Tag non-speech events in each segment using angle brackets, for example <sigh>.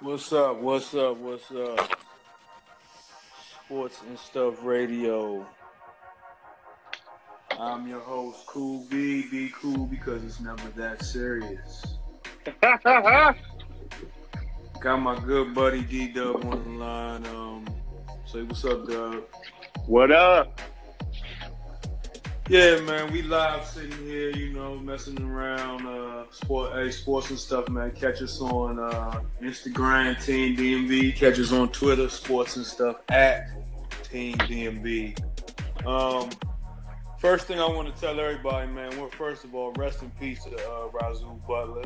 What's up? What's up? What's up? Sports and Stuff Radio. I'm your host, Cool B. Be cool because it's never that serious. Got my good buddy D Dub on the line. Um, say what's up, Dub. What up? Yeah, man, we live sitting here, you know, messing around. Uh, sport, hey, sports and stuff, man. Catch us on uh, Instagram, Team DMV. Catch us on Twitter, sports and stuff at Team DMV. Um, first thing I want to tell everybody, man. Well, first of all, rest in peace to uh, Razoo Butler.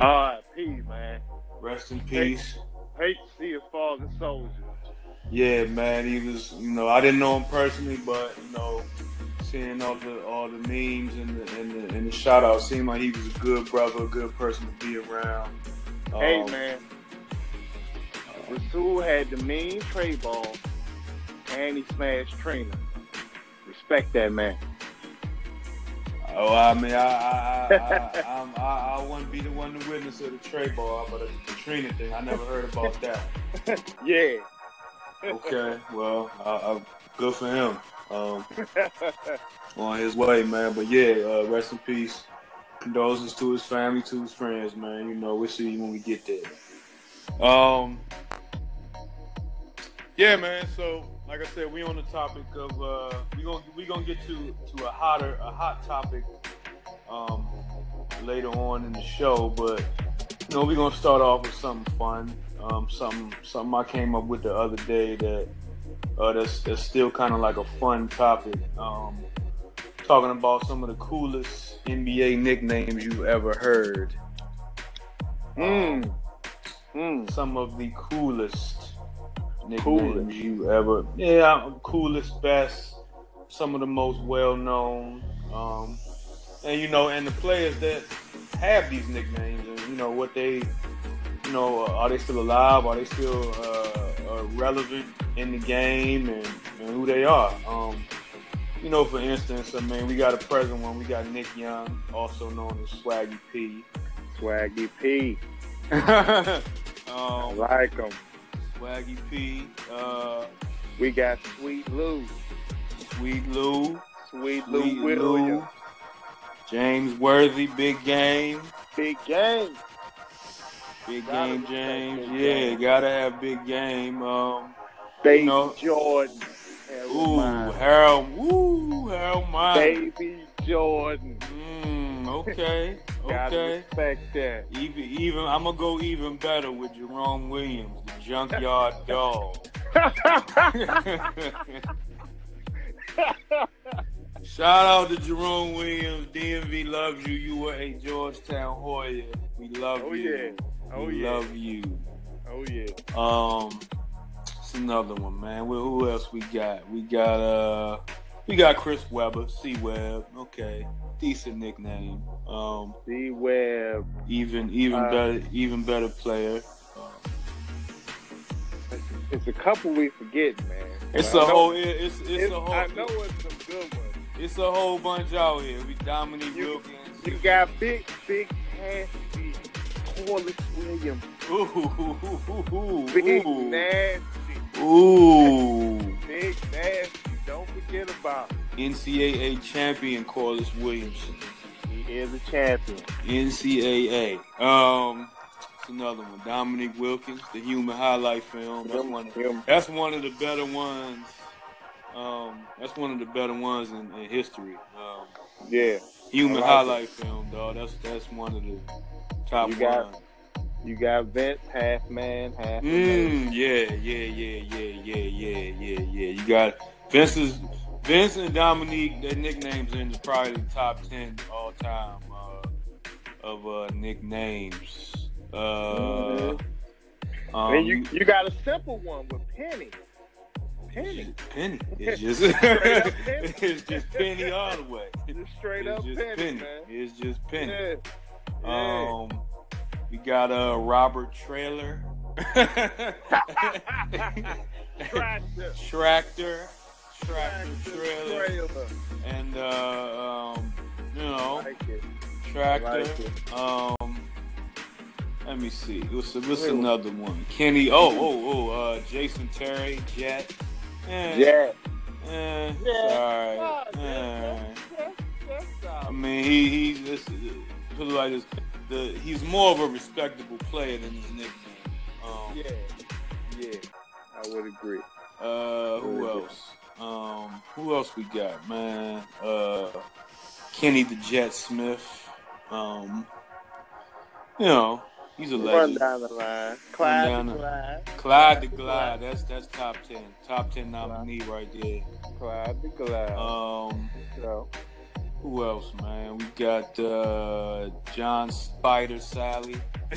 R.I.P. Man. Rest in peace. Hate to see a fallen soldier. Yeah, man, he was. You know, I didn't know him personally, but you know, seeing all the all the memes and the and the, and the shout out, seemed like he was a good brother, a good person to be around. Um, hey man, Rasul had the mean tray ball, and he smashed Trina. Respect that man. Oh, I mean, I I <laughs> I, I, I'm- I, I wouldn't be the one to witness of the Trey ball, but the Katrina thing, I never heard about that. Yeah. Okay, well, I, I, good for him. Um, on his way, man. But yeah, uh, rest in peace. Condolences to his family, to his friends, man. You know, we'll see you when we get there. Um, yeah, man. So, like I said, we on the topic of uh, we gonna we gonna get to to a hotter a hot topic um, later on in the show, but you know, we're gonna start off with something fun, um, something something I came up with the other day that uh, that's that's still kind of like a fun topic. Um, talking about some of the coolest NBA nicknames you ever heard. Oh. Mmm. Mmm. Some of the coolest nicknames Coolest. you ever. Yeah, coolest, best. Some of the most well known. Um, and you know, and the players that have these nicknames, and you know what they, you know, uh, are they still alive? Are they still uh, uh, relevant in the game, and, and who they are? Um, you know, for instance, I mean, we got a present one. We got Nick Young, also known as Swaggy P. <laughs> Swaggy P. I um, like him. Swaggy P, uh, We got Sweet Lou. Sweet Lou, Sweet Lou Sweet Williams. Lou, James Worthy, Big Game, Big game. Big Gotta Game respect James. Big Yeah, Game. gotta have Big Game. Um, Baby know- Jordan. ooh, Harold Mines. Harold, ooh, Harold Mines. Baby Jordan. Mm, <laughs> okay, Gotta okay. respect that. Even, even, I'm gonna go even better with Jerome Williams, the <laughs> Junkyard Dog. Oh, <laughs> Shout out to Jerome Williams. DMV loves you. You were a Georgetown Hoyer. We love Oh, you. yeah. Oh, we yeah. love you. Oh yeah. Um, it's another one, man. Well, who else we got? We got uh, we got Chris Webber, C Web. Okay, decent nickname. Um, D Web. even even Uh, better, even better player. Um, It's a couple we forget, man. It's I a know- whole. it- It's it's it's- a whole. I know it's some good ones. It's a whole bunch out here. We Dominique You- Wilkins. You got big, big nasty, Corliss Williams, Ooh, ooh, ooh, ooh, ooh, big ooh. nasty, Ooh, big nasty. Don't forget about. him. NCAA champion Corliss Williamson. He is a champion. NCAA. Um, it's another one. Dominique Wilkins, the Human Highlight film. That's one. Of, Him. that's one of the better ones. Um, that's one of the better ones in, in history. Um, Yeah, Human I like Highlight film, dog. That's that's one of the top You got- ones. you got Vince, half man, half. amazing. Mm, yeah, yeah, yeah, yeah, yeah, yeah, yeah, yeah. You got Vince's Vince and Dominique. Their nicknames are in the, probably the top ten all time uh, of uh, nicknames. Uh, Mhm. um, and you, you got a simple one with Penny. Penny, <laughs> Penny. It's just Straight up Penny. <laughs> it's just Penny all the way. just straight It's up just Penny, Penny. man. It's just Penny. Yeah. Oh. Yeah. Um, we got uh Robert Trailer. <laughs> <laughs> Tractor. tractor, tractor Tractor trailer, trailer. and uh, um, you know, Like it. tractor. Like it. Um, Let me see. What's, what's Wait. another one? Kenny. Oh, oh, oh. Uh, Jason Terry, Jet. Eh, Yeah. Eh, Yeah. All right. Eh. I uh, mean, he he's this, put it like this. The, he's more of a respectable player than his nickname. Um, Yeah. Yeah. I would agree. Uh, who else? Um, who else we got, man? Uh, Kenny the Jet Smith. Um, you know, he's a Run legend. down the line. Clyde down the the- Glide. Clyde the Glide. That's that's top ten. Top ten nominee right there. Clyde the Glide. Um, so, who else, man? We got uh, John Spider Sally. <laughs>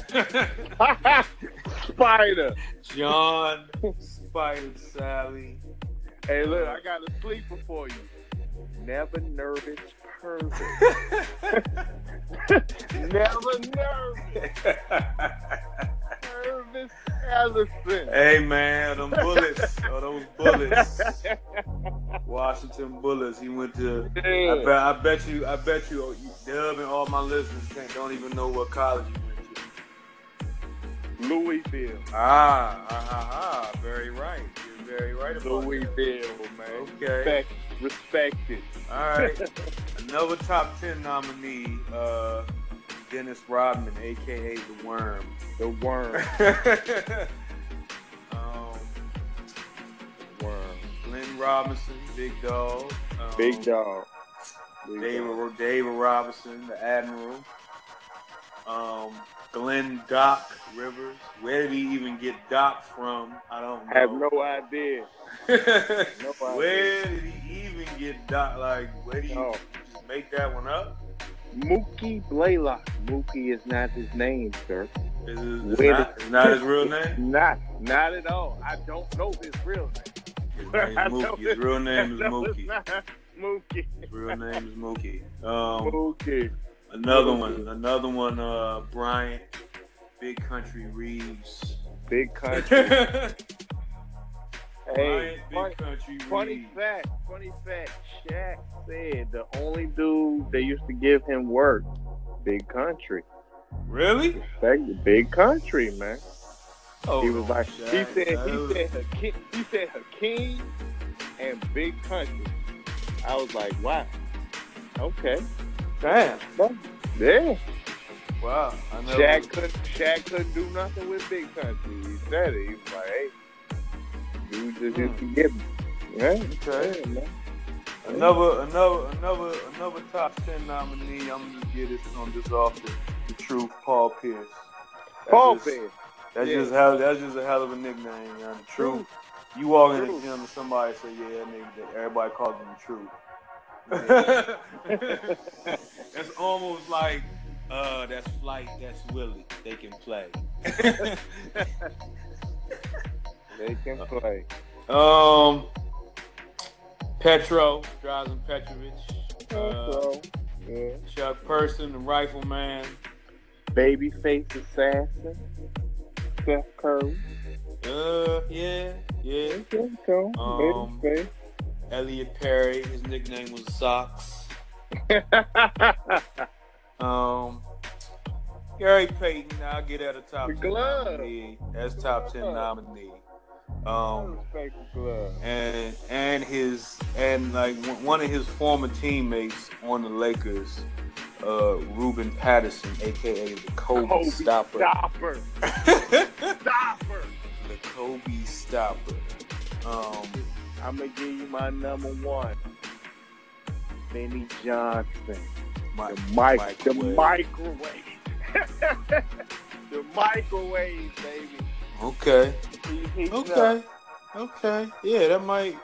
Spider. John Spider Sally. Hey, look, I got a sleeper for you. Never nervous person. <laughs> <laughs> Never nervous. Nervous Ellison. hey man, them bullets, oh, those bullets, Washington bullets. He went to. I bet, <laughs> Yeah. I bet you, I bet you, oh, you Dub and all my listeners can't, don't even know what college you went to. Louisville. Ah, ah, ah, ah, very right. You're very right about that. Louisville, man. Okay. Respect, respected. All right. Another top 10 nominee, uh, Dennis Rodman, aka The Worm. The worm. um, worm. Glenn Robinson, Big Dog. Um, Big dog. Big dog. David, David Robinson, the Admiral. Um, Glenn Doc Rivers. Where did he even get Doc from? I don't know. I have no idea. <laughs> No idea. where did he even get Doc? Like, where do you No. just make that one up? Mookie Blaylock. Mookie is not his name, sir. Is it, it's Where not, it's not his real <laughs> name? Not, not at all. I don't know his real name. His, name I is know Mookie. his it. real name is <laughs> No, it's Mookie. not. Mookie. His real name is Mookie. Um, Mookie. another Mookie. one. Another one. Uh, Bryant, Big Country <laughs> Reeves. Big country. Bryant, <laughs> hey, funny, Big Country funny Reeves. fact. Funny fact. Shaq said the only dude that used to give him work, Big Country. Really? Respect the Big Country, man. Oh, He was like, he Shaq, said, he that said, Hakeem, he said Hakeem and Big Country. I was like, wow. Okay. was- damn. Yeah. Wow. I know. Shaq couldn't, Shaq couldn't do nothing with Big Country. He said it. He was like, hey, dude just used to get me. Yeah. Hmm. Okay. Yeah, man. Another, another, another, another top ten nominee. I'm gonna get this on this off the, the truth. Paul Pierce. That's Paul just- Pierce. That's Yeah. just how. That's just a hell of a nickname. Man. The truth. You walk in the Truth. gym and somebody say, "Yeah, that nigga." Everybody calls him the truth. <laughs> that's almost like, uh, that's flight. That's Willie. They can play. They can Uh, play. um, Petro, Drazen Petrovic. Uh, so, yeah. Chuck Person, the Rifleman. Babyface Assassin. Steph Curry. Uh, yeah, yeah. Okay, so, Um, Babyface. Elliot Perry, his nickname was Socks. Um, Gary Payton, I'll get at a top The 10 glove. nominee. That's top 10 glove. nominee. Um, Respect the glove. and and his and like one one of his former teammates on the Lakers, uh, Ruben Patterson, aka the Kobe, Kobe Stopper, Stopper. <laughs> the Stopper. Kobe Stopper. Um, I'm gonna give you my number one, Benny Johnson. my, The mic, the microwave. microwave, <laughs> the microwave, baby. Okay. He, he's Okay. Okay. Yeah, that might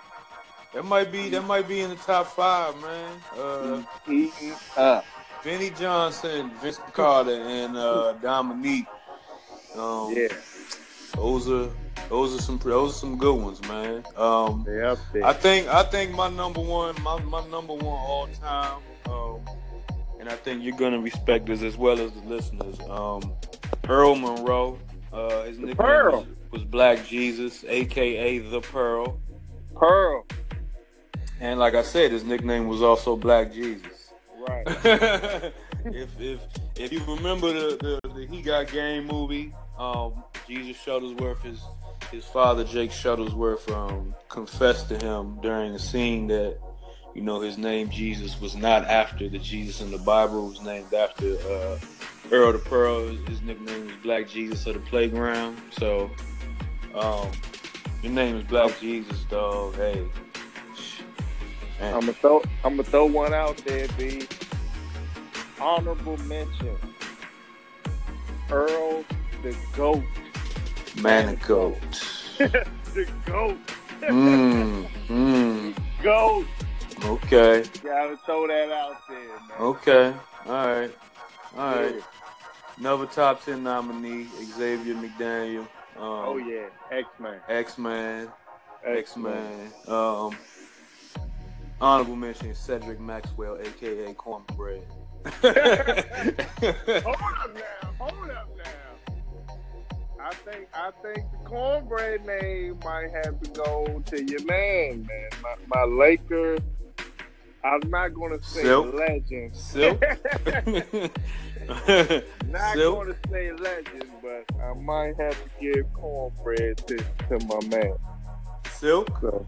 that might be that might be in the top five, man. Uh Up. He's eating up. Benny Johnson, Vince Carter, and uh Dominique. Um Yeah, those are those are some those are some good ones, man. Um they up there. I think I think my number one my, my number one all time, um, and I think you're gonna respect this as well as the listeners. Um Earl Monroe. Uh, his nickname Pearl. was, was Black Jesus, aka the Pearl. Pearl. And like I said, his nickname was also Black Jesus. <laughs> Right. if if if you remember the, the, the the He Got Game movie. Um, Jesus Shuttlesworth is his father Jake Shuttlesworth um, confessed to him during a scene that you know his name Jesus was not after the Jesus in the Bible. It was named after uh, Earl the Pearl. His nickname was Black Jesus of the Playground. So um, your name is Black Jesus, dog. Hey, I'm gonna throw I'm gonna throw one out there, B. Honorable mention. Earl the Goat. man and goat. The Goat. Mmm. Mmm. Goat. Okay. Gotta throw that out there, man. Okay. All right. All right. Another top ten nominee, Xavier McDaniel. Um, Oh yeah. X Man. X Man. X Man. Um, honorable mention Cedric Maxwell, aka Cornbread. <laughs> Hold up now. Hold up now. I think I think the cornbread name might have to go to your man, man. My, my Laker. I'm not gonna say Silk. legend. Silk. <laughs> Not Silk. gonna say legend, but I might have to give cornbread to, to my man. Silk. So,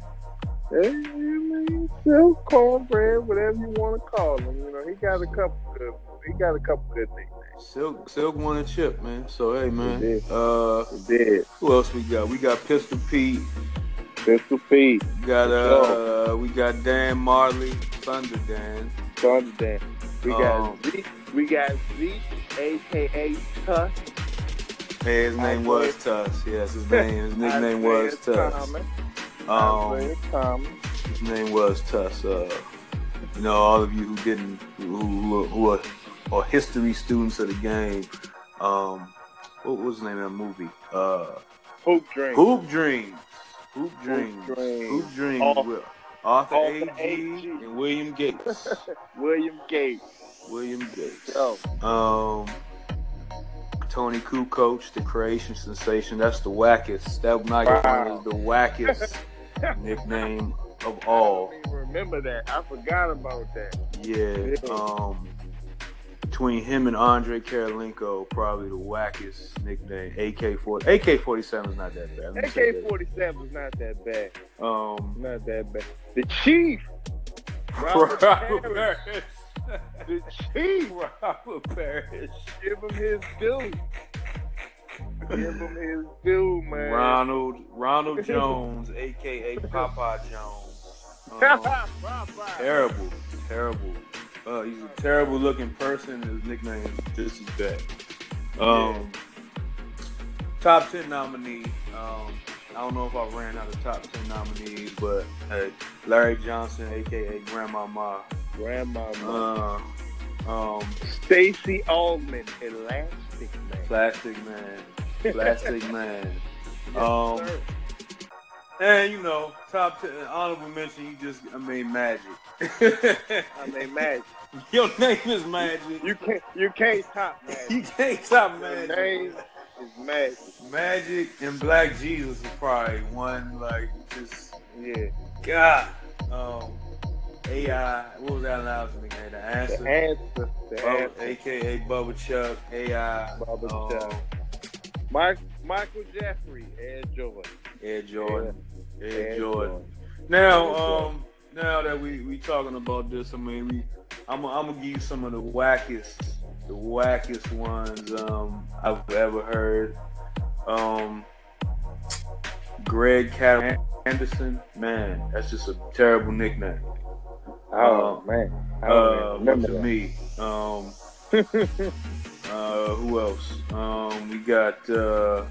hey, I mean, Silk, cornbread, whatever you want to call him. You know, he got a couple good. He got a couple good nicknames. Silk. Silk won a chip, man. So hey, man. did. Uh, He did. who else we got? We got Pistol Pete. Pistol Pete, We got uh, we got Dan Marley, Thunder Dan. Thunder Dan. We got Um, Zeke. We got Zeke, aka Tuss. Hey, his name was Tuss. Yes, <laughs> his name, his nickname was Isaiah Tuss. Thomas. Um, Isaiah Thomas. his name was Tuss. Uh, you know, all of you who didn't, who, who, who are, are history students of the game, um, what was the name of that movie? Uh, Hoop Dream. Hoop Dreams. Hoop Dreams. Hoop Dreams, Dreams. Arthur, Arthur- with Arthur Arthur A.G. A.G. and William <laughs> Gates. William Gates. Oh, William Gates. Yo, Um, Tony Kukoc, the creation sensation. That's the wackest. That might Wow. is the <laughs> wackest nickname of all. I don't even remember that. I forgot about that. Yeah. Yeah. Um, between him and Andre Karolinko, probably the wackest nickname. AK forty. AK forty seven is not that bad. Let me say AK forty seven is not that bad. that. Um, Not that bad. The Chief. <laughs> Robert Parrish. Parrish. The Chief. Robert Parrish. Give him his due. Give him his due, man. <laughs> Ronald Ronald Jones, aka Papa Jones. <laughs> Um, Popeye. terrible, terrible. Uh, he's a terrible looking person. His nickname is just as bad. Um, top ten nominee. Um, I don't know if I ran out of top ten nominees, but hey, Larry Johnson, aka Grandma Ma. Grandma. man. Uh, um, Stacy Allman, Elastic Man. Plastic Man, <laughs> Plastic Man. Yes, Um, sir. and you know, top ten honorable mention. You just, I mean, Magic. <laughs> I mean, Magic. Your name is Magic. You can't. You can't top <laughs> Magic. You can't stop Your Magic. name is Magic. Magic and Black Jesus is probably one like just Yeah. God. Um, AI. What was that last name? The The answer. answer. The Bubba- answer. AKA Bubba Chuck. AI. Bubba um, Chuck. Mike, Michael Jeffrey and Jordan. Ed Jordan. Ed, Ed Jordan. Jordan. Now, Ed Jordan. um, now that we we talking about this, I mean, we, I'm I'm gonna give you some of the wackest, the wackest ones um I've ever heard. Um, Greg Cat Anderson, man, that's just a terrible nickname. Oh Uh, man, I don't Uh, even remember to that. me, um, <laughs> uh, who else? Um, we got. Uh,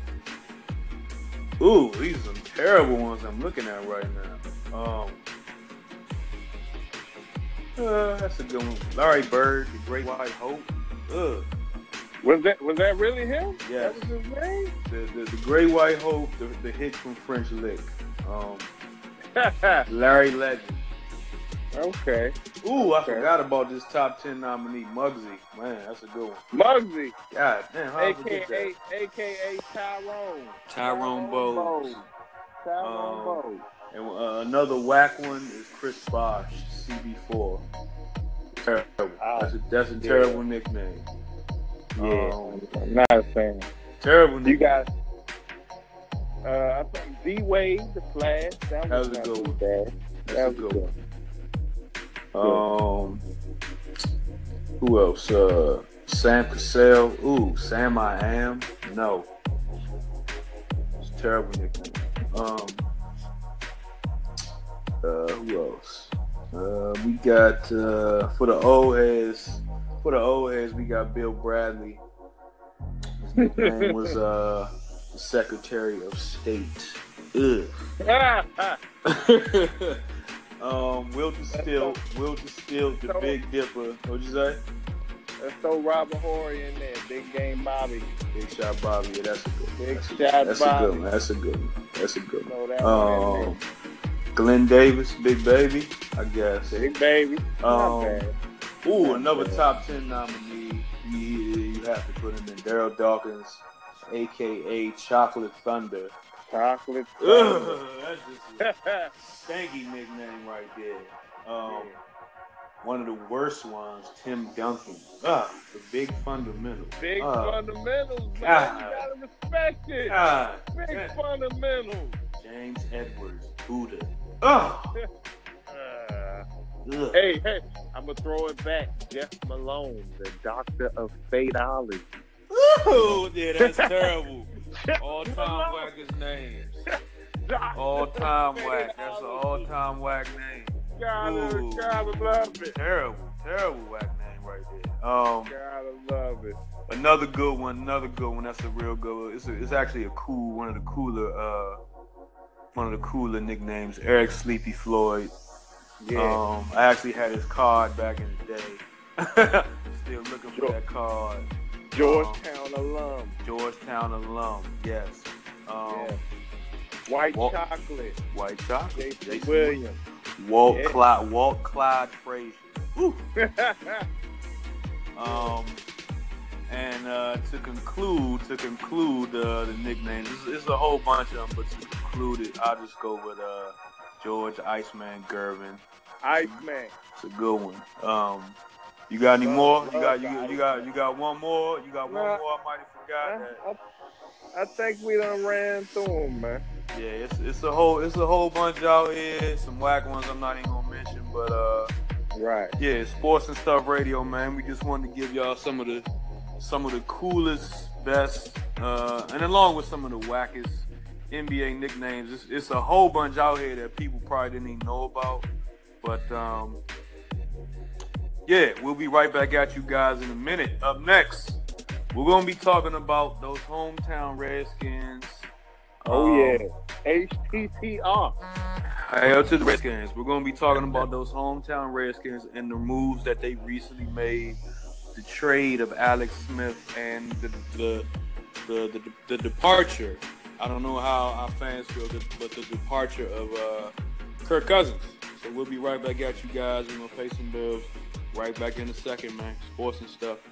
ooh, these are some terrible ones I'm looking at right now. Um, uh, that's a good one. Larry Bird, the Great White Hope. Ugh. Was that was that really him? Yes. That was his name. The, the, the Great White Hope, the, the hit from French Lick. Um, Larry Legend. <laughs> okay, Ooh, I Okay. forgot about this top 10 nominee, Muggsy. Man, that's a good one. Muggsy, God damn, how I forget that? aka aka Tyrone. Tyrone Bowles. Tyrone Um, Bowles. And uh, another whack one is Chris Bosch, CB4. Terrible. Wow. That's a, that's a Yeah. terrible nickname. Yeah, Um, I'm not a fan. terrible. You nigga. got uh, I think D Wade, the Flash. That That was, was a not good too one. bad. That's a that was good good. one. Um, who else? Uh, Sam Cassell. Ooh, Sam I Am. No, it's a terrible nickname. Um, uh, who else? Uh, we got uh, for the old heads. For the old heads, we got Bill Bradley. His nickname was uh, the Secretary of State. Ugh. <laughs> um, Wilton Still, Wilton Still, the Big Dipper. What'd you say? <laughs> Let's throw Robert Horry in there. Big game Bobby. Big Shot Bobby. Yeah, that's a good one. Big That's a- Shot That's a Bobby. good one. That's a good one. That's a good Throw that one one. in Um, Glenn Davis, Big Baby, I guess. there. Big baby. Not Um, bad. Ooh, another top ten nominee. You, you have to put him in Daryl Dawkins, aka Chocolate Thunder. Chocolate. Ugh, <laughs> that's just a stanky nickname right there. Um, one of the worst ones, Tim Duncan. Ah, the big fundamental. <laughs> Big Ah, fundamentals, man. God. You gotta respect it. God, Big damn. fundamentals. James Edwards, Buddha. Ah, Uh, ugh. hey, hey, I'm gonna throw it back. Jeff Malone, the doctor of fateology. Ooh, yeah, <laughs> that's terrible. All time wackers names. All time whack. That's an all time whack name. Gotta, Ooh. gotta love it. Terrible, terrible whack name right there. Um, Gotta love it. Another good one. Another good one. That's a real good one. It's, a, it's actually a cool one of the cooler uh one of the cooler nicknames. Eric Sleepy Floyd. Yeah. Um, I actually had his card back in the day. <laughs> Still looking for Sure. that card. Georgetown alum. Georgetown alum. Yes. Um, Yeah. White Walt- chocolate. White chocolate. Jason Williams. Walt Yeah. Clyde. Walt Clyde Frazier. Woo. <laughs> Um, and uh, to conclude, to conclude uh, the nicknames, it's, it's a whole bunch of them, but to conclude it, I'll just go with uh, George Iceman Gervin. Iceman. It's a good one. Um, you got any more? You got you, you got you got one more? You got one Nah. more? I might have forgot I, that. I- I think we done ran through them, man. Yeah, it's, it's a whole it's a whole bunch out here. Some whack ones I'm not even gonna mention, but uh, Right. Yeah, sports and stuff radio, man. We just wanted to give y'all some of the some of the coolest, best, uh, and along with some of the wackest NBA nicknames. It's, it's a whole bunch out here that people probably didn't even know about. But um, yeah, we'll be right back at you guys in a minute. Up next, we're gonna be talking about those hometown Redskins. Oh Um, yeah. HTTR. Hail to the Redskins. We're going to be talking about those hometown Redskins and the moves that they recently made, the trade of Alex Smith and the the the, the, the departure. I don't know how our fans feel, but the departure of uh, Kirk Cousins. So we'll be right back at you guys. We're going to pay some bills right back in a second, man. Sports and stuff.